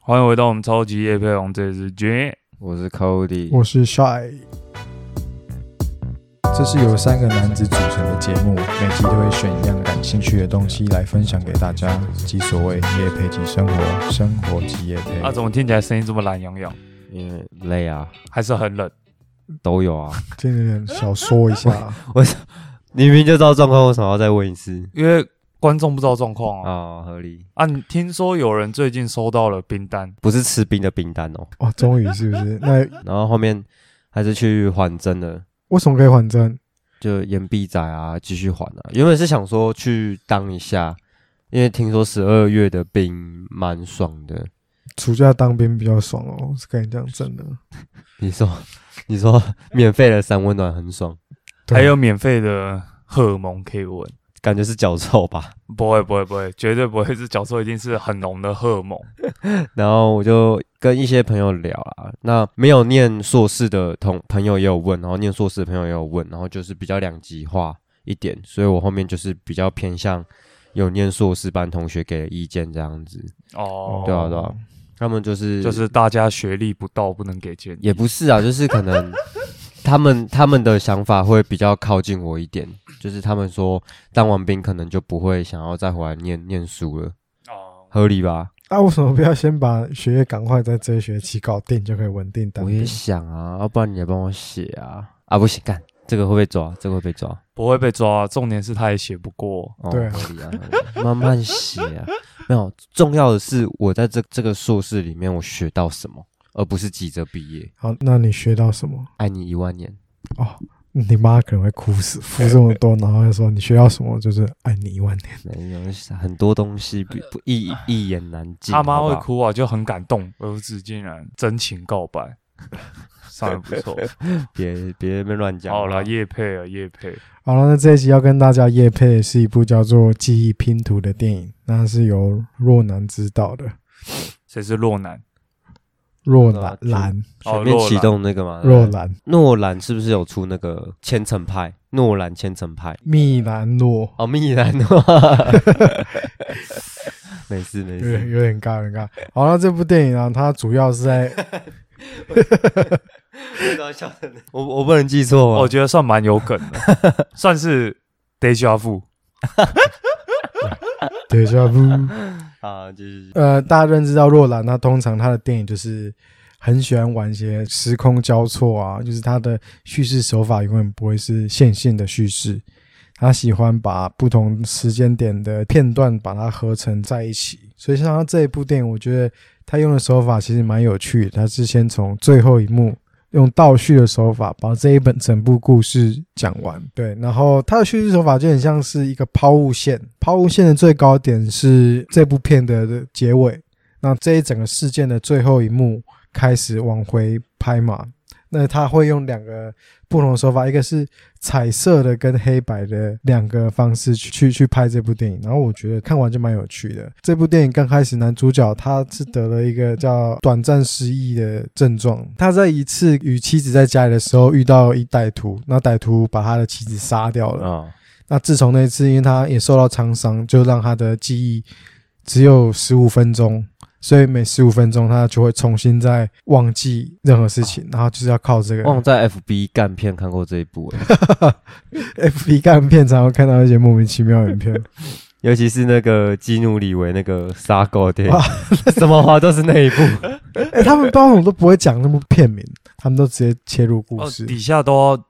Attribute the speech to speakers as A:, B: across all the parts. A: 欢迎回到我们超级夜配王，这里是君。
B: 我是 Cody，
C: 我是 Shy。这是由三个男子组成的节目，每集都会选一样感兴趣的东西来分享给大家，即所谓夜配即生活，生活即夜配。
A: 啊，怎么听起来声音这么懒洋洋？
B: 因为累啊，
A: 还是很冷。
B: 都有啊。
C: 今天小说一下，
D: 你明明就知道状况，为什么要再问一次？
A: 因为观众不知道状况啊。
B: 哦，合理，
A: 啊，你听说有人最近收到了冰单，
D: 不是吃冰的冰单哦，
C: 哦，终于是不是？那
D: 然后后面还是去还针的，
C: 为什么可以还针？
D: 就延币仔啊，继续还啊。原本是想说去当一下，因为听说十二月的冰蛮爽的。
C: 暑假当兵比较爽哦，是跟你讲真的。
D: 你说，你说免费的三温暖很爽，
C: 对
A: 还有免费的荷尔蒙可以闻。
D: 感觉是脚臭吧？
A: 不会，不会，不会，绝对不会是脚臭，一定是很浓的荷尔蒙。
D: 然后我就跟一些朋友聊啦，那没有念硕士的同朋友也有问，然后念硕士的朋友也有问，然后就是比较两极化一点，所以我后面就是比较偏向有念硕士班同学给的意见这样子，
A: 哦，
D: 对啊对啊，他们就是
A: 就是大家学历不到，不能给建议。
D: 也不是啊，就是可能他们他们的想法会比较靠近我一点，就是他们说当完兵可能就不会想要再回来念念书了，
A: 哦，
D: 合理吧？
C: 啊，为什么不要先把学业赶快在这一学期搞定，就可以稳定当
D: 我也
C: 兵？
D: 想啊，要不然你也帮我写啊啊，不行，干这个会被抓，这个会被抓。
A: 不会被抓。重点是他也写不过。
D: 哦、
C: 对啊
D: 合理啊，合理慢慢写啊。没有，重要的是我在这这个硕士里面我学到什么，而不是急着毕业。
C: 好，那你学到什么？
D: 爱你一万年，
C: 哦，你妈可能会哭死，付这么多，然后还说你学到什么，就是爱你一万年。
D: 没有很多东西不不一一言难尽。
A: 他妈
D: 好不
A: 会
D: 好，
A: 哭啊，就很感动。儿子竟然真情告 白，上的不错。
D: 别别在那边乱讲。
A: 好了，叶配了，叶配。
C: 好了，啊那这一集要跟大家夜配的是一部叫做《记忆拼图》的电影，那是由若男执导的。
A: 谁是洛南？
C: 若
D: 对
C: 男
D: 啊
C: 兰，
A: 哦
D: 全面
A: 若
D: 启
A: 兰
D: 动那个嘛，对不对
C: 若兰，
D: 诺兰是不是有出那个千层派？诺兰千层派
C: 密兰诺，
D: 哦，密兰 诺，没事没
C: 有点
D: 事，
C: 有点尬，有点尬。好，那这部电影呢、它主要是在
D: 我我不能记错吗？
A: 我觉得算蛮有梗的， 算是 deja vu。
C: 对，叫不，
D: 啊，就是
C: 呃，大家认知到若兰，他通常他的电影就是很喜欢玩一些时空交错啊，就是他的叙事手法永远不会是线性的叙事，他喜欢把不同时间点的片段把它合成在一起。所以像他这一部电影，我觉得他用的手法其实蛮有趣的，他是先从最后一幕。用倒叙的手法把这一本整部故事讲完，对，然后他的叙事手法就很像是一个抛物线，抛物线的最高点是这部片的结尾，那这一整个事件的最后一幕开始往回拍嘛，那他会用两个不同的手法，一个是彩色的跟黑白的两个方式去去去拍这部电影，然后我觉得看完就蛮有趣的。这部电影刚开始男主角他是得了一个叫短暂失忆的症状，他在一次与妻子在家里的时候遇到一歹徒，那歹徒把他的妻子杀掉了。
D: 啊，
C: 那自从那一次，因为他也受到创伤，就让他的记忆只有十五分钟，所以每十五分钟他就会重新再 忘记任何事
D: 哦
C: 情，然后就是要靠这个。
D: 忘在 FB 干片看过这一部，欸
C: F B 干片常会看到一些莫名其妙的 影片，
D: 尤其是那个基努里维那个杀狗的
C: 啊，
D: 什么话都是那一 部。
C: 哎、他们包总都不会讲那部片名，他们都直接切入故
A: 哦，
C: 事，
A: 底下都要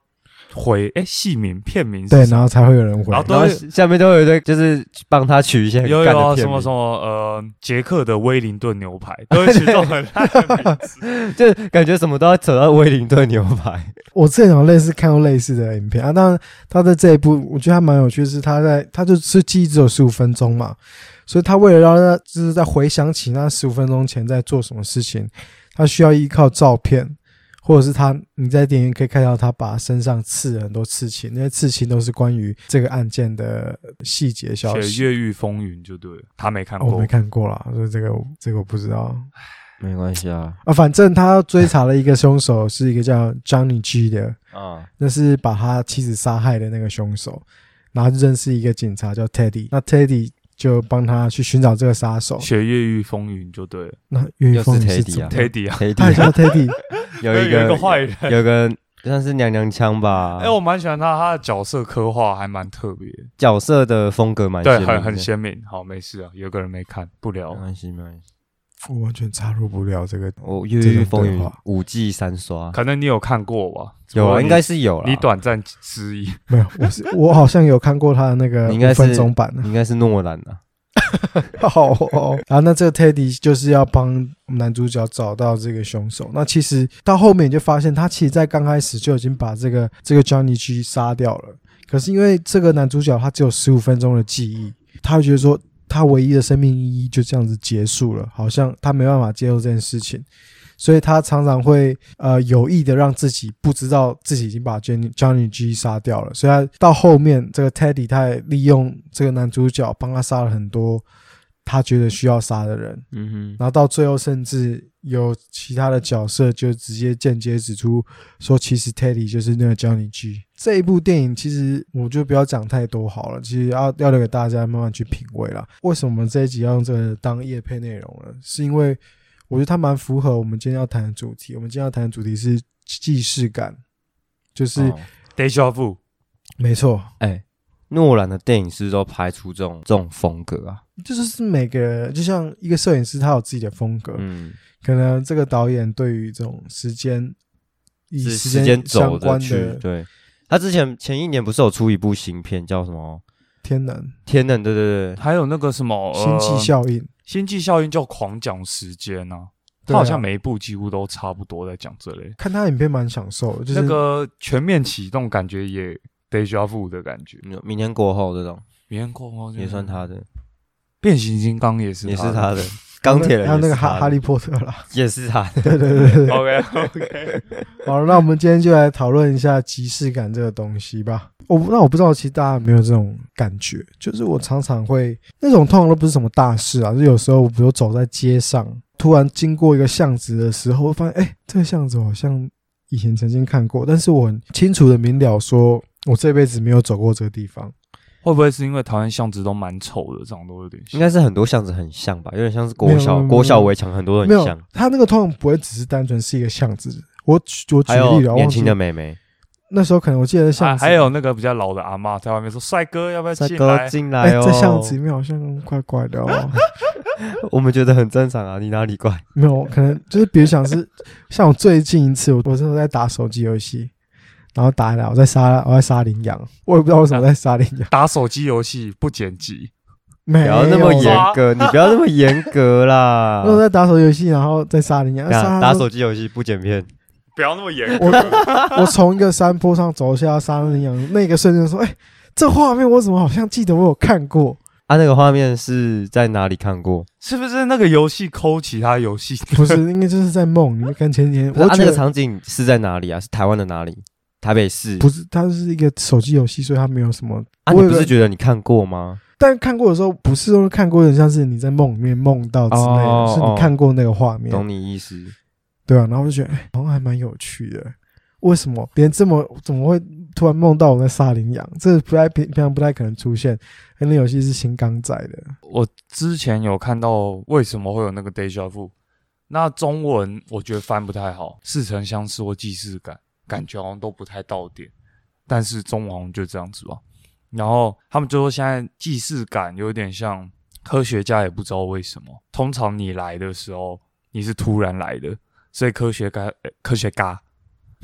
A: 回哎戏名、片名是
C: 对，
A: 什么
C: 然后才会有人回
A: 然。后
D: 然后
A: 都
D: 下面都有一堆，就是帮他取一些很
A: 有
D: 干
A: 有啊
D: 的
A: 什
D: 片名
A: 么什么呃，捷克的威灵顿牛 排都会取这种很烂的名字。
D: 就感觉什么都要扯到威灵顿牛排。
C: 我之前有类似看过类似的影片啊，当然他在这一部，我觉得还蛮有趣，是他在他就是记忆只有十五分钟嘛，所以他为了让他就是在回想起那十五分钟前在做什么事情，他需要依靠照片，或者是他你在电影院可以看到他把身上刺了很多刺青，那些刺青都是关于这个案件的细节消
A: 写
C: 息。
A: 越狱风云就对了，他没看
C: 啊我
A: 过
C: 没。看过啦，所以这个我这个我不知道
D: 没关系啊，
C: 啊。反正他追查了一个凶手，是一个叫 Johnny G 的，
D: 啊，
C: 那是把他妻子杀害的那个凶手，然后就认识一个警察叫 Teddy。那 Teddy
E: 就帮他去寻找这个杀手。
A: 学《越狱风云》就对了
E: 那岳云
D: 又是
E: 峰是
D: Teddy
E: 怎
D: 啊
E: 么？
A: ，Teddy 啊，
D: 黑弟
E: 他也叫 Teddy，
D: 有
A: 那
D: 一个
A: 有一个坏人。
D: 有个算是娘娘腔吧，
A: 哎，我蛮喜欢他，他的角色刻画还蛮特别，
D: 角色的风格蛮
A: 对，
D: 鲜
A: 很
D: 明
A: 很
D: 的，
A: 鲜明。好，没事啊，有个人没看，不聊
D: 没。关系没关系。
E: 我完全插入不了这个。
D: 我《越
E: 这
D: 狱
E: 种
D: 风
E: 对
D: 云
E: 话》
D: 五季三刷，
A: 可能你有看过吧？只不
D: 有
A: 过
D: 啊，
A: 你
D: 应该是有啦。
A: 你短暂失忆。
E: 没有，我是我好像有看过他的那个
D: 你应该是
E: 五分钟版的。
D: 应该是诺兰啊，
E: 好哦，然后那这个 Teddy 就是要帮男主角找到这个凶手。那其实到后面你就发现，他其实在刚开始就已经把这个这个 Johnny G 杀掉了。可是因为这个男主角他只有十五分钟的记忆，他会觉得说他唯一的生命意义就这样子结束了，好像他没办法接受这件事情，所以他常常会呃有意的让自己不知道自己已经把 Johnny Johnny G 杀掉了。所以他到后面这个 Teddy 他也利用这个男主角帮他杀了很多他觉得需要杀的人，
D: 嗯哼，
E: 然后到最后甚至有其他的角色就直接间接指出说，其实 Teddy 就是那个 Johnny G。这一部电影其实我就不要讲太多好了，其实要要留给大家慢慢去品味啦。为什么我们这一集要用这个当夜配内容呢？是因为我觉得它蛮符合我们今天要谈的主题。我们今天要谈的主题是既视感，就是、
D: 哦
A: Deja vu，
E: 没错，
D: 哎，诺兰的电影是不是都拍出这种这种风格啊？
E: 这就是每个就像一个摄影师，他有自己的风格，
D: 嗯，
E: 可能这个导演对于这种时间以
D: 是
E: 时
D: 时间
E: 相
D: 走着
E: 关
D: 去。
E: 的
D: 对，他之前前一年不是有出一部新片叫什么
E: 天能
D: 《天能》？对对对，
A: 还有那个什么
E: 星际，
A: 呃
E: 效应，
A: 星际效应叫狂讲时间啊。他
E: 对啊
A: 好像每一部几乎都差不多在讲这类，
E: 看他影片蛮享受的，就是
A: 那个全面启动感觉也 deja vu 的感觉，
D: 嗯明天过后这种
A: 明天过
E: 嗯
A: 后就
D: 也算他的，
A: 变形金刚也是
D: 也是
A: 的
D: 他的，钢铁人
E: 还有那
D: 也
E: 个
D: 是他
E: 哈
D: 的
E: 哈利波特啦。
D: 也是他的，
E: 对对对对对。
A: OK OK，
E: 好，那我们今天就来讨论一下即视感这个东西吧。我不那我不知道，其实大家有没有这种感觉？就是我常常会那种，通常都不是什么大事啊，就有时候我比如走在街上，突然经过一个巷子的时候，会发现哎、这个巷子我好像以前曾经看过，但是我很清楚的明了说，我这辈子没有走过这个地方。
A: 会不会是因为台湾巷子都蛮丑的，长得都有点
D: 应
A: 像？
D: 该是很多巷子很像吧，有点像是
E: 没
D: 国
E: 有没
D: 小
E: 有没有
D: 国小围墙，很多
E: 没
D: 人
E: 有
D: 像，，
E: 他那个通常不会只是单纯是一个巷子。我举我举
D: 还
E: 例
D: 有
E: 了，我
D: 年
E: 忘
D: 轻
E: 记
D: 的妹妹，
E: 那时候可能我记得
A: 还
E: 巷子、
A: 啊还有那个比较老的阿妈在外面说：“帅哥，要不要
D: 帅
A: 进
D: 哥
A: 来
D: 进
E: 哎、
D: 来哦，
E: 这巷 子里面好像怪怪的哦。
D: 我们觉得很正常啊，你哪里怪？
E: 没有，可能就是比如想是像我最近一次，我我真的在打手机游戏，然后打一打，我在杀我在杀羚羊，我也不知道为什么在杀羚羊，？”
A: 打手机游戏不剪辑，
E: 没
D: 不
E: 有啊
D: 要那么
A: 严
D: 严格，你不要那么严格啦
E: 我。在打手游戏，然后在杀羚羊，杀
D: 看
E: 它
D: 打
E: 之后
D: 手机游戏不剪片，
A: 不要那么严。
E: 我我从一个山坡上走下杀羚羊，那个瞬间说，哎、这画面我怎么好像记得我有看过？
D: 啊，那个画面是在哪里看过？
A: 是不是那个游戏抠其他游戏？
E: 不是，应该就是在梦里面跟前几天，
D: 不是
E: 我
D: 啊，
E: 觉
D: 那个
E: 得
D: 场景是在哪里啊？是台湾的哪里？台北市。
E: 不是，它是一个手机游戏，所以它没有什么。
D: 啊，
E: 我
D: 你
E: 有
D: 不
E: 个
D: 是觉得你看过吗？
E: 但看过的时候，不是说看过，有点像是你在梦里面梦到之类的，
D: 哦
E: 是你看过那个画面，
D: 懂你意思？
E: 对啊，然后我就觉得，哎，好像还蛮有趣的。为什么连这么怎么会突然梦到我在杀羚羊？这不太平平常不太可能出现。那游戏是新刚仔的，
A: 我之前有看到为什么会有那个 deja vu，那中文我觉得翻不太好，似曾相识或既视感，感觉好像都不太到点，但是中文好像就这样子吧。然后他们就说现在既视感有点像科学家也不知道为什么，通常你来的时候你是突然来的，所以科学家、呃科学家、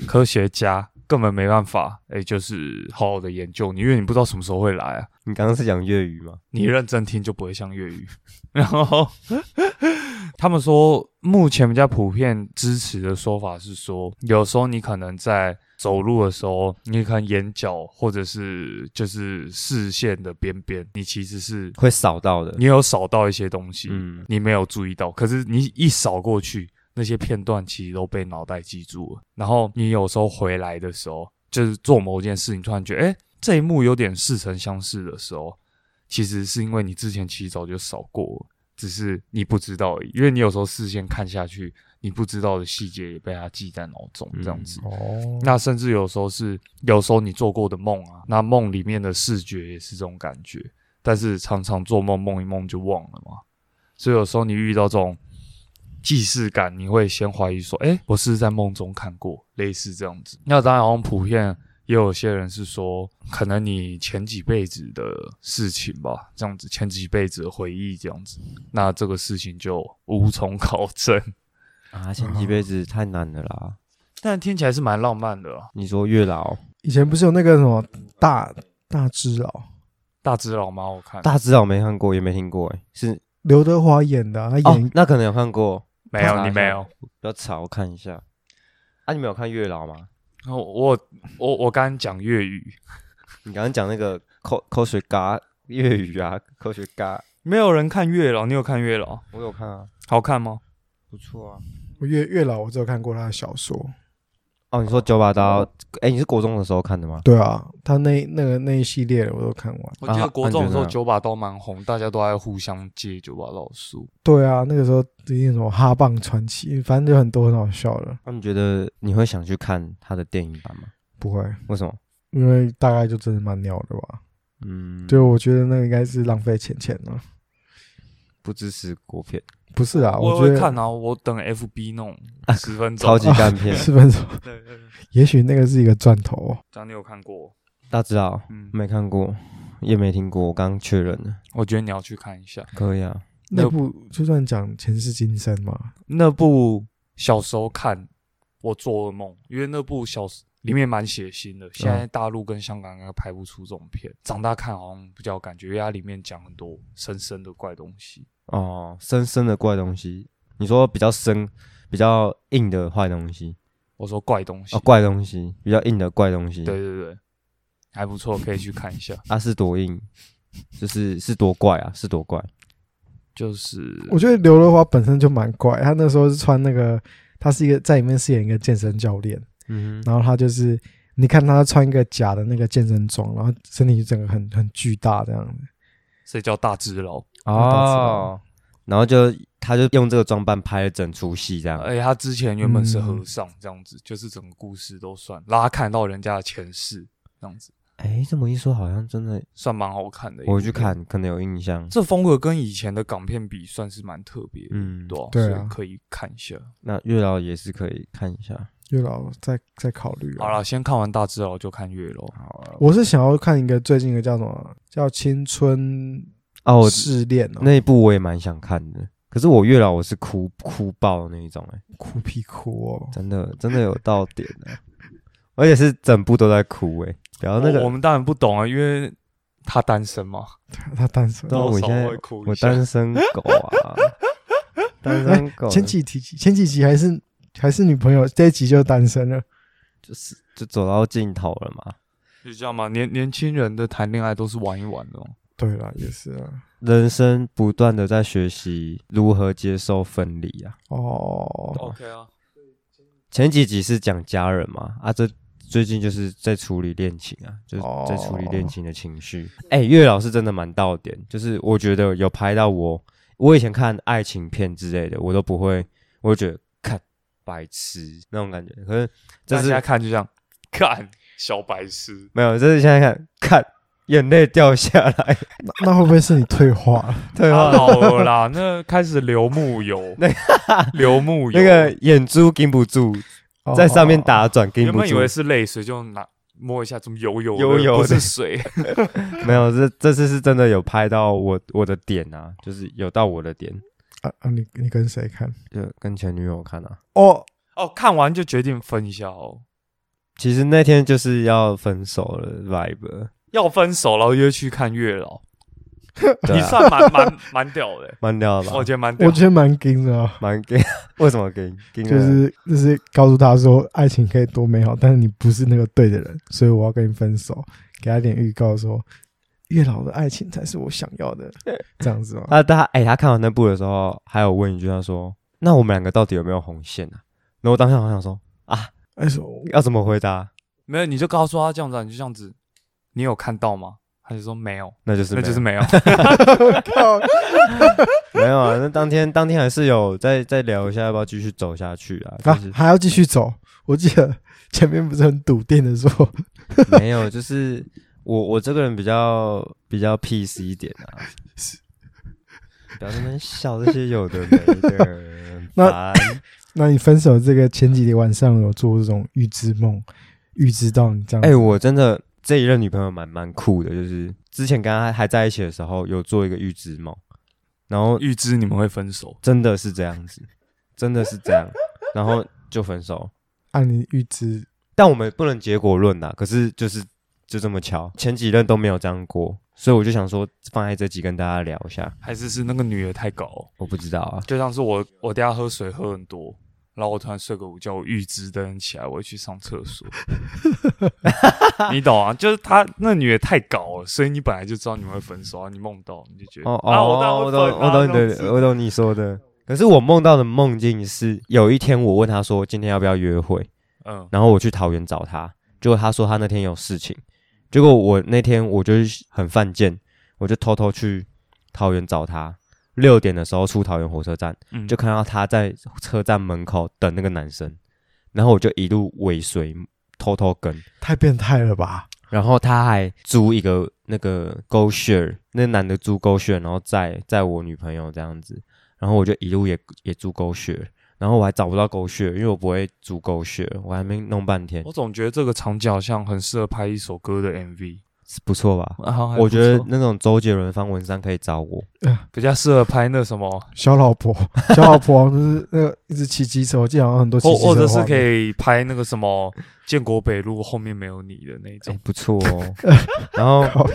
A: 科学家根本没办法，哎、就是好好的研究你，因为你不知道什么时候会来啊。
D: 你刚刚是讲粤语吗？
A: 你认真听就不会像粤语。然后他们说，目前比较普遍支持的说法是说，有时候你可能在走路的时候，你可能眼角或者是就是视线的边边，你其实是
D: 会扫到的。
A: 你有扫到一些东西，
D: 嗯，
A: 你没有注意到，可是你一扫过去，那些片段其实都被脑袋记住了。然后你有时候回来的时候，就是做某件事，你突然觉得，哎，这一幕有点似曾相识的时候，其实是因为你之前其实早就扫过了，只是你不知道而已。因为你有时候视线看下去，你不知道的细节也被它记在脑中，这样子。
E: 哦，
A: 那甚至有时候是，有时候你做过的梦啊，那梦里面的视觉也是这种感觉。但是常常做梦梦一梦就忘了嘛。所以有时候你遇到这种既视感，你会先怀疑说，哎、我是不是在梦中看过，类似这样子。那当然，好像普遍也有些人是说，可能你前几辈子的事情吧，这样子，前几辈子的回忆这样子，那这个事情就无从考证。
D: 啊，前几辈子太难了啦。
A: 但听起来是蛮浪漫的、啊，
D: 你说月老、
E: 以前不是有那个什么大大只佬，
A: 大只佬蛮好看，
D: 大只佬没看过，也没听过、欸，哎，是
E: 刘德华演的啊、他
D: 哦
E: 演，
D: 那可能有看过。
A: 没有你没有。
D: 不要吵，我看一下。啊，你们有看月老吗？
A: 然后我我我刚刚讲粤语，
D: 你刚刚讲那个口口水嘎粤语啊，口水嘎，
A: 没有人看月老，你有看月老？
D: 我有看啊，
A: 好看吗？
D: 不错啊。
E: 我月月老我只有看过他的小说。
D: 哦，你说九把刀？哎、你是国中的时候看的吗？
E: 对啊，他那那个那一系列的我都看完。
A: 我记得
D: 啊
A: 国中的时候
D: 那你觉得呢
A: 九把刀蛮红，大家都爱互相借九把刀的书。
E: 对啊，那个时候最近什么哈棒传奇，反正有很多很好笑的。
D: 那、你觉得你会想去看他的电影版吗？
E: 不会，
D: 为什么？
E: 因为大概就真的蛮鸟的吧。
D: 嗯，
E: 对，我觉得那个应该是浪费钱钱了。
D: 不支持国片，
E: 不是啊，
A: 我也
E: 觉
A: 会
E: 得
A: 看啊，我等 FB 弄十分钟。 啊
D: 超级干 片。
E: 四分钟，
A: 对对对，
E: 也许那个是一个赚头哦。
A: 张你有看过？
D: 大只佬
A: 嗯，
D: 没看过，也没听过，我刚确认了。
A: 我觉得你要去看一下
D: 可以啊，
A: 那
E: 那部就算讲前世今生嘛，
A: 那部小时候看，我做噩梦，因为那部小时里面蛮血腥的。现
D: 嗯
A: 在大陆跟香港应该拍不出这种片，长大看好像比较有感觉，因为它里面讲很多深深的怪东西。
D: 哦，深深的怪东西，你说比较深、比较硬的坏东西
A: 我说怪东西，
D: 哦，怪东西，比较硬的怪东西，
A: 对，对对，还不错，可以去看一下。
D: 啊是多硬，就是是多怪啊，是多怪，
A: 就是
E: 我觉得刘德华本身就蛮怪，他那时候是穿那个，他是一个在里面饰演一个健身教练，
D: 嗯
E: 然后他就是你看他穿一个假的那个健身装，然后身体就整个很很巨大这样子。
A: 所以叫大只佬，
D: 哦，然后就他就用这个装扮拍了整出戏这样，
A: 而且哎他之前原本是
D: 嗯
A: 和尚，这样子，就是整个故事都算，让他看到人家的前世，这样子
D: 哎，这么一说好像真的，
A: 算蛮好看的。
D: 我去，看可能有印象，
A: 这风格跟以前的港片比，算是蛮特别的，
D: 嗯，
A: 对啊，
E: 对啊
A: 所以可以看一下。
D: 那月老也是可以看一下，
E: 月老在在考虑、
A: 好
E: 啊。
A: 啦，先看完大只佬就看月楼，
D: 好啊，
E: 我是想要看一个最近一个叫什么叫《青春
D: 哦，我
E: 试恋》哦，
D: 那一部我也蛮想看的，可是我月老我是哭哭爆的那一种、欸，
E: 哭屁哭哦，
D: 真的真的有到点的、 而且是整部都在哭、欸，哎，然后那
A: 我我
D: 个
A: 们当然不懂啊，因为他单身嘛，
E: 他他单身
D: 对。啊我
A: 多
D: 现
A: 少
D: 在
A: 会哭
D: 我
A: 一下
D: 单身狗 啊，单身狗
E: 前几题前几集还是还是女朋友，这一集就单身了。
D: 就是就走到尽头了嘛，
A: 就这样嘛。年年轻人的谈恋爱都是玩一玩的哦，
E: 对啦，也是啊。
D: 人生不断的在学习如何接受分离啊。
E: 哦，
A: OK 啊，
D: 前几集是讲家人嘛，啊这。最近就是在处理恋情啊，就是
E: 哦
D: 在处理恋情的情绪。哎、月老是真的蛮到点，就是我觉得有拍到我，我以前看爱情片之类的，我都不会，我会觉得看白痴那种感觉。可是这
A: 但
D: 是
A: 现在看就这样，看小白痴，
D: 没有，这是现在看看眼泪掉下来，
E: 那那会不会是你退化了？
D: 对啊
A: 他
D: 吧？
A: 啊老了啦， 那开始流木 油，那 流木油
D: 那个眼珠顶不住，
E: 哦
D: 在上面，打转顶
A: 原
D: 不
A: 本以
D: 住
A: 为。是泪水，就拿摸一下，怎么油油的
D: 油油的
A: 不是水。
D: 没有，这这次是真的有拍到我我的点啊，就是有到我的点，
E: 啊啊！你你跟谁看？
D: 就跟前女友看啊。
E: 哦，
A: 哦，看完就决定分一下哦，
D: 其实那天就是要分手了，vibe，
A: 要分手了约去看月老，
D: 对
A: 你
D: 啊，
A: 算蛮蛮蛮屌 的欸，
D: 慢掉了
A: 我
D: 吧，
A: 觉得蛮屌
E: 我。觉得蛮硬的啊，
D: 蛮给， 为什么给？给
E: 就是就是告诉他说爱情可以多美好，但是你不是那个对的人，所以我要跟你分手，给他一点预告说。月老的爱情才是我想要的，这样子吗？
D: 啊，他哎、他看完那部的时候，还有问一句，他说：“那我们两个到底有没有红线啊？”然后我当下好想说
E: 哎，说
D: 要怎么回答，
A: 没有，你就告诉他这样子啊，你就这样子，你有看到吗？他就说没有，
D: 那就是
A: 那
D: 没
A: 就是
D: 有
A: 没有。
E: 靠，
D: 没有 啊，那当天当天还是有再再聊一下，要不要继续走下去啊？就
E: 啊
D: 是、，
E: 还 要继续走。我记得前面不是很笃定的说，
D: 没有，就是我我这个人比较比较 peace 一点啊，不要在那边笑这些有的没的，很
E: 那
D: 烦
E: 那你分手这个前几天晚上有做这种预知梦，预知到你这样？
D: 哎、我真的这一任女朋友蛮蛮酷的，就是之前跟她还在一起的时候，有做一个预知梦，然后
A: 预知你们会分手，
D: 真的是这样子，真的是这样，然后就分手。
E: 按啊你预知，
D: 但我们不能结果论啊呐，可是就是就这么巧，前几任都没有这样过，所以我就想说放在这集跟大家聊一下。
A: 还是是那个女的太高？
D: 我不知道啊，
A: 就像是我，我等一下喝水喝很多，然后我突然睡个午觉，我预知的人起来，我会去上厕所。你懂啊？就是她那女的太搞了，所以你本来就知道你们会分手啊，你梦到你就觉得
D: 哦哦，
A: 啊，我当然
D: 我
A: 会
D: 懂
A: 分啊
D: 我懂你
A: 这样
D: 的，
A: 子
D: 我懂你说的。可是我梦到的梦境是，有一天我问他说今天要不要约会，
A: 嗯，
D: 然后我去桃园找他，结果他说他那天有事情，结果我那天我就是很犯贱，我就偷偷去桃园找他。六点的时候出桃园火车站，
A: 嗯
D: 就看到他在车站门口等那个男生，然后我就一路尾随，偷偷跟，
E: 太变态了吧？
D: 然后他还租一个那个 Go Share，那男的租 Go Share，然后载载我女朋友这样子，然后我就一路也也租 Go Share，然后我还找不到 Go Share，因为我不会租 Go Share，我还没弄半天，
A: 我总觉得这个场景好像很适合拍一首歌的 MV，
D: 是不错吧？
A: 然啊后还不
D: 我觉得
A: 错
D: 那种周杰伦方文山可以找我，
A: 比较适合拍那什么，
E: 小老婆，小老婆不是那个一直骑机车，我记得好像很多骑
A: 或
E: 机车
A: 或者
E: 的
A: 是
E: 画
A: 可
E: 面
A: 以拍那个什么建国北路后面没有你的那
D: 哎、
A: 种。
D: 不错 哦。然后
E: 靠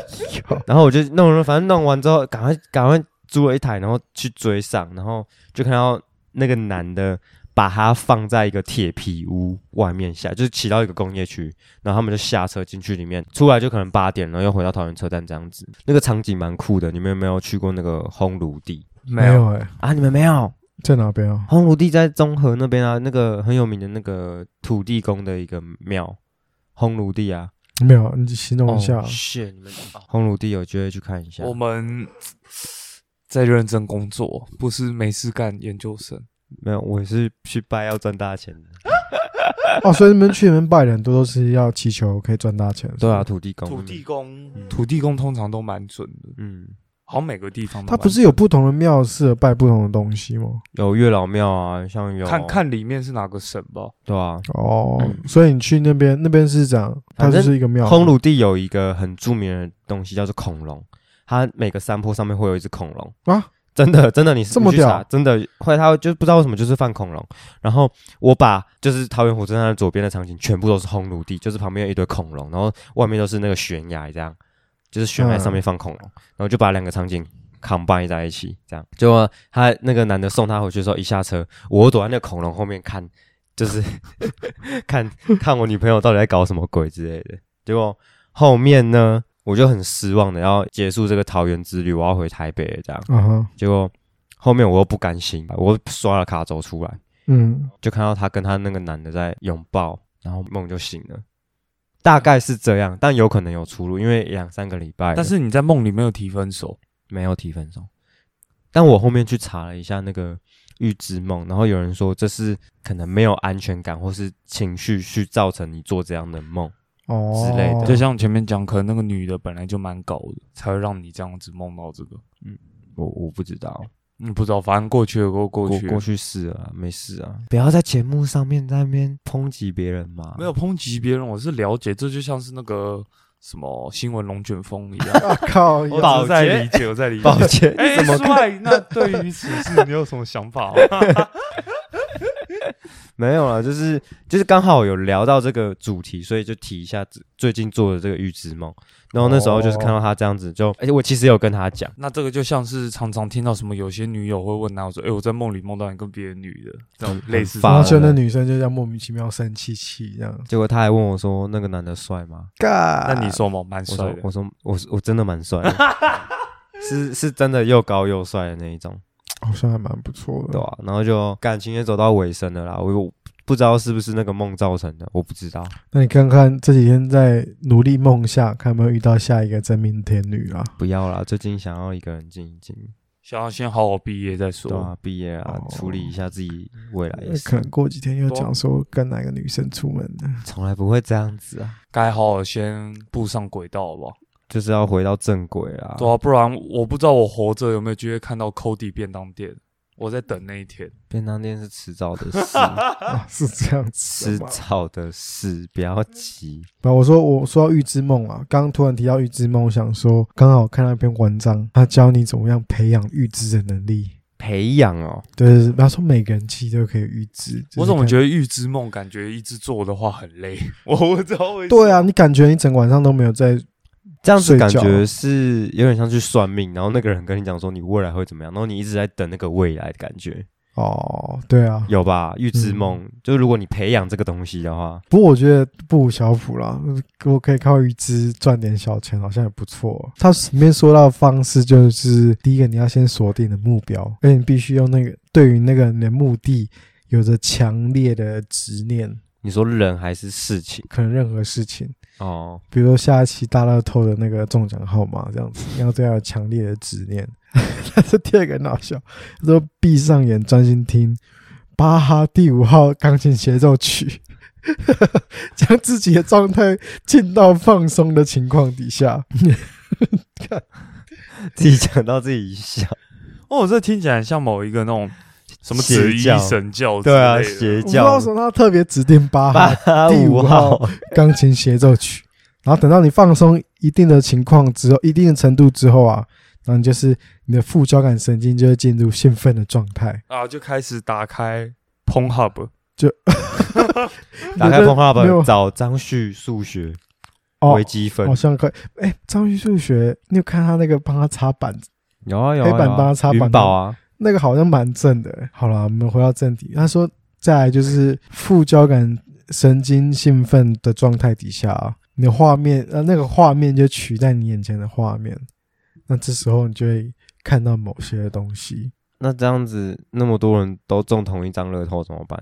E: 腰
D: 然后我就弄了，反正弄完之后，赶快赶快租了一台，然后去追上，然后就看到那个男的把他放在一个铁皮屋外面下，就是骑到一个工业区，然后他们就下车进去里面，出来就可能八点，然后又回到桃园车站这样子，那个场景蛮酷的。你们有没有去过那个烘炉地
A: 没
E: 没有哎、
D: 啊？你们没有？
E: 在哪边啊？
D: 烘炉地在中和那边啊，那个很有名的那个土地公的一个庙，烘炉地啊。
E: 没有，你
A: 哦
E: 形
D: 哦
E: 容一下。
D: 是你们烘炉地有机会去看一下。
A: 我们在认真工作，不是没事干研究生。
D: 没有，我是去拜要赚大钱的。
E: 哦，所以你们去你们拜的很多都是要祈求可以赚大钱。
D: 对啊，，土地公。
A: 土地。公，
D: 嗯
A: 土地公通常都蛮准的，
D: 嗯，
A: 好像每个地方都
E: 它
A: 蛮
E: 不是有不同的庙适合拜不同的东西吗？
D: 有月老庙啊，像有
A: 看看里面是哪个省吧。
D: 对啊，
E: 哦，所以你去那边，那边是这样，它
D: 反
E: 就
D: 正
E: 是一个庙。
D: 烘炉地有一个很著名的东西叫做恐龙，它每个山坡上面会有一只恐龙
E: 啊。
D: 真的，真的，你
E: 这么
D: 你去查
E: 屌
D: 真的，后来他就不知道为什么就是放恐龙，然后我把就是桃园火车站的左边的场景全部都是烘炉地，就是旁边有一堆恐龙，然后外面都是那个悬崖，这样就是悬崖上面放恐龙，然后就把两个场景 combine 在一起，这样。结果他那个男的送他回去的时候，一下车，我又躲在那个恐龙后面看，就是 看看我女朋友到底在搞什么鬼之类的。结果后面呢，我就很失望的要结束这个桃园之旅，我要回台北了这样。
E: 啊哈，
D: 结果后面我又不甘心，我又刷了卡走出来，
E: 嗯，
D: 就看到她跟她那个男的在拥抱，然后梦就醒了。大概是这样，但有可能有出入，因为两三个礼拜了，
A: 但是你在梦里没有提分手，
D: 没有提分手。但我后面去查了一下那个预知梦，然后有人说这是可能没有安全感或是情绪去造成你做这样的梦。
E: 哦
D: 之类的
A: 就像前面讲，可能那个女的本来就蛮搞的，才会让你这样子梦到这个。
D: 嗯我我不知道，
A: 你不知道，反正过去的过过
D: 过
A: 去了，
D: 过去是啊，没事啊，不要在节目上面在那边抨击别人嘛。
A: 没有抨击别人，我是了解，这就像是那个什么新闻龙卷风 一样。
E: 啊靠腰，
A: 我只是在
D: 哦保洁
A: 理解，我在理解。
D: 抱歉，
A: 哎，
D: 怎么
A: 帅？那对于此事你有什么想 法吗？
D: 没有啦，就是就是刚好有聊到这个主题，所以就提一下自最近做的这个预知梦。然后那时候就是看到他这样子
E: 哦
D: 就，而哎且我其实有跟他讲，
A: 那这个就像是常常听到什么有些女友会问他，我说：“哎、我在梦里梦到你跟别的女的，这种类似
D: 很
E: 然
D: 烦
E: 后
A: 这种
E: 就那女生就这样莫名其妙生气气这样。
D: 结果他还问我说那个男的帅吗？
E: 干
A: 那你说嘛，蛮
D: 我
A: 帅
D: 说
A: 的
D: 我。说我我真的蛮帅的， 是是真的又高又帅的那一种，
E: 好像哦还蛮不错的
D: 对。啊吧、然后就感情也走到尾声了啦，我我不知道是不是那个梦造成的，我不知道。
E: 那你看看这几天在努力梦下，看有没有遇到下一个真命天女啊？
D: 不要啦，最近想要一个人静一静，
A: 想要先好好毕业再说。
D: 对啊，毕业啊，
E: 哦
D: 处理一下自己未哎来也
E: 可
D: 是，
E: 能过几天又讲说跟 哪个女生出门的，
D: 从来不会这样子啊。
A: 该好好先步上轨道了吧？
D: 就是要回到正轨啦。
A: 对啊，不然我不知道我活着有没有机会看到 Cody 便当店。我在等那一天。
D: 便当店是迟早的 事，
E: 啊是这样 子
D: 迟
E: 的吗。
D: 早的事，不要急。
E: 不，我说我说到预知梦啊，刚刚突然提到预知梦，我想说刚好看到一篇文章，他教你怎么样培养预知的能力。
D: 培养哦，
E: 对，他说每个人其实都可以预知。
A: 我怎么
E: 得？
A: 觉得预知梦感觉一直做的话很累？ 我不知道为什么。
E: 对啊，你感觉你整个晚上都没有在
D: 这样子
E: 睡
D: 感
E: 觉哦
D: 觉是有点像去算命，然后那个人跟你讲说你未来会怎么样，然后你一直在等那个未来的感觉，
E: 哦，对啊。
D: 有吧？预知
E: 嗯
D: 梦，就是如果你培养这个东西的话，
E: 不过我觉得不无小补啦，我可以靠预知赚点小钱，好像也不错。它里面说到的方式就是，第一个你要先锁定你的目标，而且你必须用那个对于那个你的目的有着强烈的执念，
D: 你说人还是事情
E: 可能任何事情，
D: 哦，
E: 比如说下一期大乐透的那个中奖号码这样子，你要对它有强烈的执念。 但是第二个很好笑，他说闭上眼专心听巴哈第五号钢琴协奏曲， 将自己的状态进到放松的情况底下。
D: 自己讲到自己笑，
A: 哦，这听起来很像某一个那种什么紫衣
D: 邪教
A: 神教之
D: 对啊，
A: 类的
D: 邪
E: 我不知道
D: 教
E: 为什么他特别指定巴哈
D: 八
E: 第
D: 五
E: 五
D: 号
E: 号， 钢琴协奏曲，然后等到你放松一定的情况之后，一定的程度之后啊，然后你就是你的副交感神经就会进入兴奋的状态。
A: 啊，就开始打开 p o n Hub，
D: 打开
E: 有的
D: p o
E: 没有
D: n 找张旭数学
E: 哦
D: 微，积分
E: 好，像可以。哎，张玉数学，你有看他那个帮他擦板子，
D: 有啊有啊，
E: 黑板
D: 有啊
E: 帮他擦
D: 云
E: 板
D: 宝啊，
E: 那个好像蛮正的。好了，我们回到正题，他说再来就是副交感神经兴奋的状态底下啊，你的画面呃那个画面就取代你眼前的画面，那这时候你就会看到某些东西。
D: 那这样子那么多人都中同一张乐透怎么办？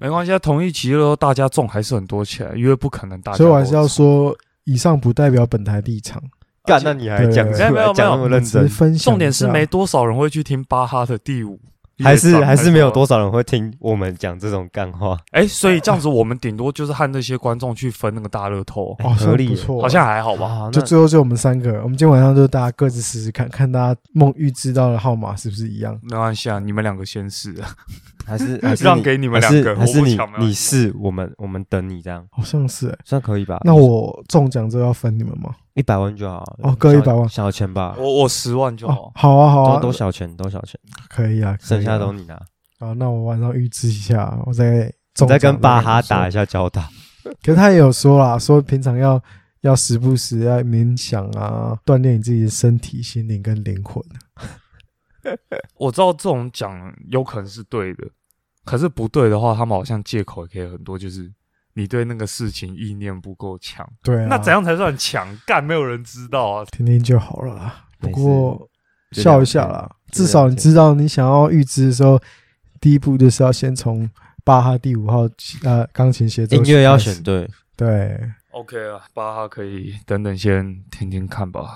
A: 没关系，啊，同一期的时候大家中还是很多钱，因为不可能大家。
E: 所以我还是要，说，以上不代表本台立场，
D: 干，那你还讲出
A: 没有没有
D: 来，讲那么认
E: 只是
D: 真，
E: 分享。
A: 重点是没，多少人会去听巴哈的第五乐章，
D: 还是还是没有
A: 多。
D: 多少人会听我们讲这种干话，
A: 哎、所以这样子，我们顶多就是和那些观众去分那个大乐透，
E: 哦，
D: 合理
E: 不错，
A: 好像还好吧？
D: 哇，
E: 就
D: 啊那
E: 最后就我们三个，我们今天晚上就大家各自试试看，看大家梦预知到的号码是不是一样。
A: 没关系啊，你们两个先试，
D: 还是还是
A: 让给你们两个，
D: 还是还是
A: 我不
D: 你
A: 抢没关
D: 你
A: 系
D: 是我们我们等你这样
E: 好像是、欸，
D: 算可以吧？
E: 那我中奖之后要分你们吗？
D: 一百万就好啊，
E: 哦各
D: 小
E: 100万
D: 小钱吧，
A: 我我十万就
E: 哦
A: 好，，
E: 好啊，好
D: 都
E: 啊，
D: 都小钱都小钱，
E: 可以啊，可以啊
D: 剩下都你拿，
E: 好，那我晚上预知一下，我再
D: 你
E: 中
D: 再
E: 奖
D: 跟巴哈打一
E: 下。
D: 下交道。
E: 可是他也有说啦，说平常要要时不时要冥想啊，锻炼你自己的身体、心灵跟灵魂。
A: 我知道这种讲有可能是对的，可是不对的话，他们好像借口也可以很多，就是你对那个事情意念不够强。
E: 对啊，
A: 那怎样才算强？干没有人知道啊！
E: 听听就好了啦。不
D: 没事
E: 过
D: 就
E: 笑一
D: 了
E: 下
D: 解
E: 啦，
D: 就
E: 至少
D: 了
E: 你
D: 解
E: 知道你想要预知的时候，第一步就是要先从巴哈第五号呃钢琴协奏
D: 音
E: 曲
D: 乐要
E: 开始
D: 选对，
E: 对，
A: OK 啊，巴哈可以等等先听听看吧。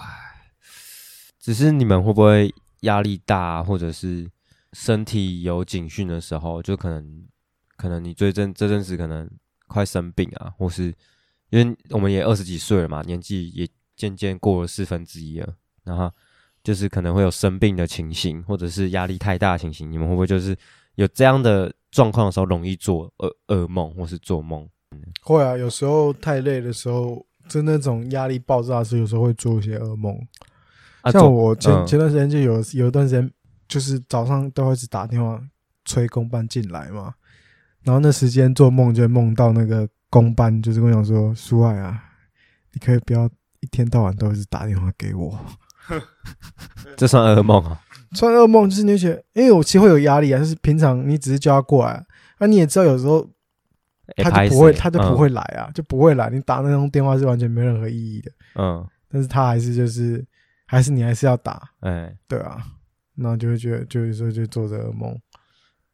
D: 只是你们会不会压力大啊，或者是身体有警讯的时候，就可能可能你最阵这阵子可能快生病啊，或是因为我们也二十几岁了嘛，年纪也渐渐过了四分之一了，然后就是可能会有生病的情形，或者是压力太大的情形，你们会不会就是有这样的状况的时候容易做噩噩梦或是做梦？
E: 会啊，有时候太累的时候，就那种压力爆炸的时候，有时候会做一些噩梦。
D: 啊
E: 像
D: 做
E: 我前、
D: 嗯
E: 前段时间就有有一段时间，就是早上都会一直打电话催公班进来嘛，然后那时间做梦就会梦到那个公班，就是跟我讲说：“苏爱啊，你可以不要一天到晚都一直打电话给我。
D: 这算噩梦啊？”
E: 算噩梦就是你会觉得，因为我其实会有压力啊，就是平常你只是叫他过来，那、你也知道有时候他
D: 欸
E: 就不会，
D: 拍谁
E: 他就不
D: 嗯
E: 会来啊，就不会来。你打那通电话是完全没有任何意义的，
D: 嗯，
E: 但是他还是就是，还是你还是要打，
D: 哎、
E: 对啊，然后就会觉得，就是说就做着噩梦，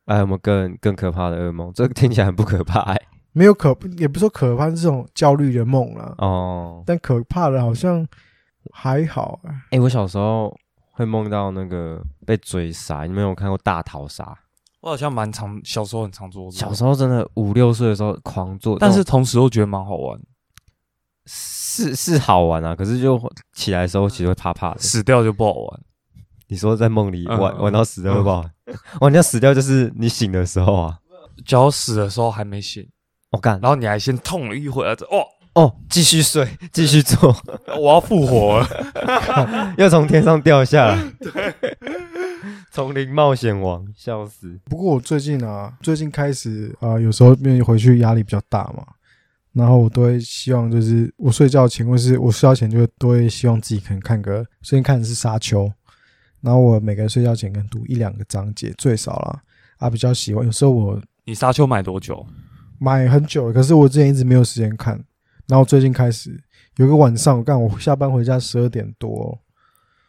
D: 还有没有更更可怕的噩梦？ 这个听起来很不可怕、欸、
E: 没有可也不是说可怕，是这种焦虑的梦啦。
D: 哦。
E: 但可怕的好像还好、啊，
D: 哎、我小时候会梦到那个被追杀，你们有看过大逃杀？
A: 我好像蛮常小时候很常做这种，
D: 小时候真的五六岁的时候狂做，
A: 但是同时又觉得蛮好玩。
D: 是是好玩啊，可是就起来的时候其实会怕怕的。
A: 死掉就不好玩。
D: 你说在梦里
A: 嗯
D: 玩
A: 嗯
D: 玩到死掉会不好玩？玩到死掉就是你醒的时候啊。
A: 只要死的时候还没醒，
D: 我干，
A: 然后你还先痛了一会儿，哦，
D: 哦，继续睡，继续做，
A: 我要复活了。
D: 又从天上掉下来。 对，丛林冒险王，笑死。
E: 不过我最近啊，最近开始啊、呃有时候因为回去压力比较大嘛，然后我都会希望就是我睡觉前或是我睡觉前就会都会希望自己可能看个，最近看的是《沙丘》，然后我每个人睡觉前可能读一两个章节最少啦，啊比较喜欢，有时候我
A: 你沙丘买多久？
E: 买很久了，可是我之前一直没有时间看，然后最近开始有个晚上，我干我下班回家十二点多、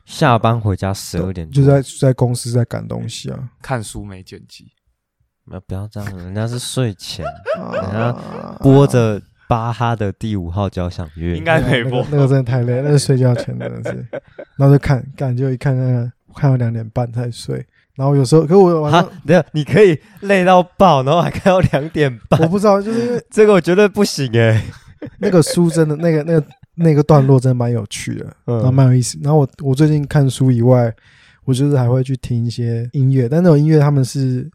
D: 下班回家十二点
E: 就
D: 多
E: 在在公司在赶东西啊，
A: 看书没剪辑，
D: 没有不要这样，人家是睡 前
E: 啊
D: 播着巴哈的第五号交响乐，
A: 应该
E: 那
A: 没
E: 个
A: 播。
E: 那个真的太累，那是睡觉前真的是，然后就看，感觉一看看看，看到两点半才睡，然后有时候，可是我 晚
D: 哈
E: 上，
D: 等一下你可以累到爆，然后还看到两点半，
E: 我不知道，就是因为
D: 这个我觉得不行哎、
E: 那个书真的那个那个那个段落真的蛮有趣的，然后
D: 嗯，
E: 蛮有意思。然后我我最近看书以外，我就是还会去听一些音乐，但那种音乐他们是，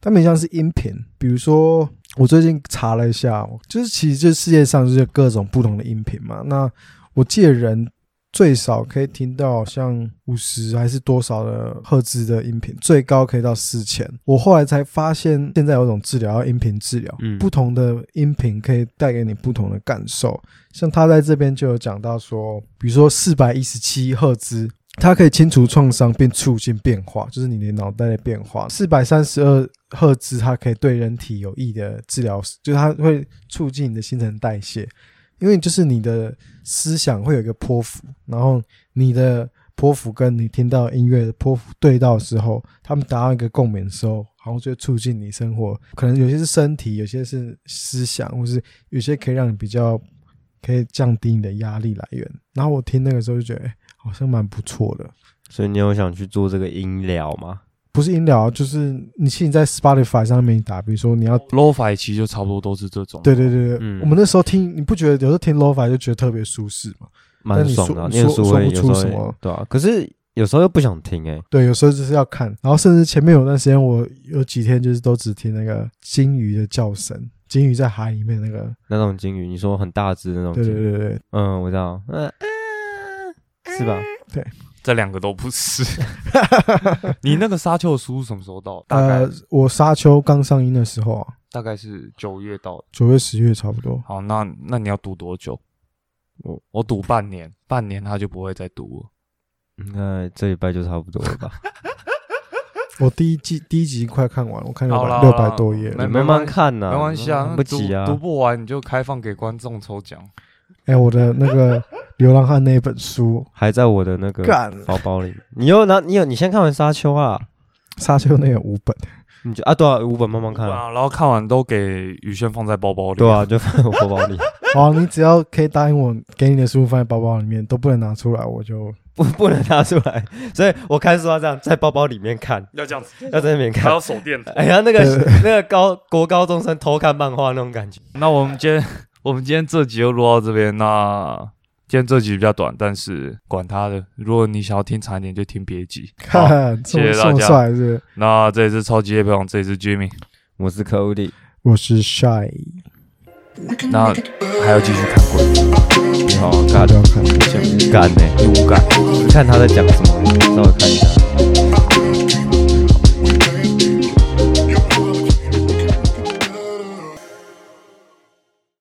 E: 他们很像是音频。比如说，我最近查了一下，就是其实这世界上就是各种不同的音频嘛。那我记得人最少可以听到像五十还是多少的赫兹的音频，最高可以到四千。我后来才发现，现在有一种治疗叫音频治疗，
D: 嗯
E: 不同的音频可以带给你不同的感受。像他在这边就有讲到说，比如说四百一十七赫兹。它可以清除创伤并促进变化，就是你的脑袋的变化。四百三十二赫兹，它可以对人体有益的治疗，就是它会促进你的新陈代谢。因为就是你的思想会有一个波幅，然后你的波幅跟你听到音乐的波幅对到的时候，他们达到一个共鸣的时候，好像就会促进你生活。可能有些是身体，有些是思想，或是有些可以让你比较可以降低你的压力来源。然后我听那个时候就觉得，哎好像蛮不错的。
D: 所以你有想去做这个音疗吗？
E: 不是音疗，就是你其实你在 Spotify 上面打，比如说你要
A: lofi 其实就差不多都是这种。
E: 对对对对，
D: 嗯
E: 我们那时候听，你不觉得有时候听 Lo-Fi 就觉得特别舒适嘛？
D: 蛮爽的啊、
E: 但你
D: 念
E: 说
D: 书
E: 说
D: 会有
E: 说不
D: 时
E: 出
D: 候
E: 什
D: 会
E: 么
D: 对啊，可是有时候又不想听哎、
E: 对，有时候就是要看，然后甚至前面有段时间，我有几天就是都只听那个金鱼的叫声，金鱼在海里面那个，
A: 哦
D: 那种鲸鱼，你说很大只的那种
E: 对
D: 鲸鱼，
E: 对对对，
D: 嗯，我知道，嗯、是吧？
A: 这两个都不 是。 你那个沙丘的书什么时候到？大概、
E: 呃，我沙丘刚上映的时候啊，
A: 大概是九月到。
E: 九月十月差不多，
A: 好，那那你要读多久？我我读半年，半年他就不会再读了。
D: 应该这礼拜就差不多了吧？
E: 我第一季第一集快看完，我看六
A: 好啦
E: 百
A: 好
E: 六
A: 啦
E: 百多页
A: 没
E: 了，
D: 你慢慢看呐、
A: 没关系啊，那
D: 不急啊
A: 读，读不完你就开放给观众抽奖。
E: 哎，我的那个流浪汉那一本书，
D: 还在我的那个
E: 干
D: 包包里。你又拿你有你先看完沙丘啊，
E: 沙丘那有五本，
D: 你就啊对啊，五本慢慢看、啊，
A: 啊，然后看完都给雨轩放在包包里。
D: 对啊，就放我包包里，
E: 好，你只要可以答应我给你的书放在包包里面，都不能拿出来，我就
D: 不不能拿出来，所以我看书要这样在包包里面看，
A: 要这样子，
D: 要在那边看。
A: 手电筒。
D: 哎呀，那个
E: 对
D: 那个高国高中生偷看漫画那种感觉，
A: 那我们今天我们今天这集就录到这边。那今天这集比较短，但是管他的，如果你想要听长一点，就听别 集。好，
E: 看这
A: 谢谢
E: 么这么
A: 大家
E: 帅是不是？
A: 那这里是超级夜陪王，这里是 Jimmy，
D: 我是 Cody。
E: 我是 shy，
A: 那还要继续看鬼片，
D: 好，干
E: 大家要看。
D: 干呢、
A: 第五感。
D: 你看他在讲什么，稍微看一下。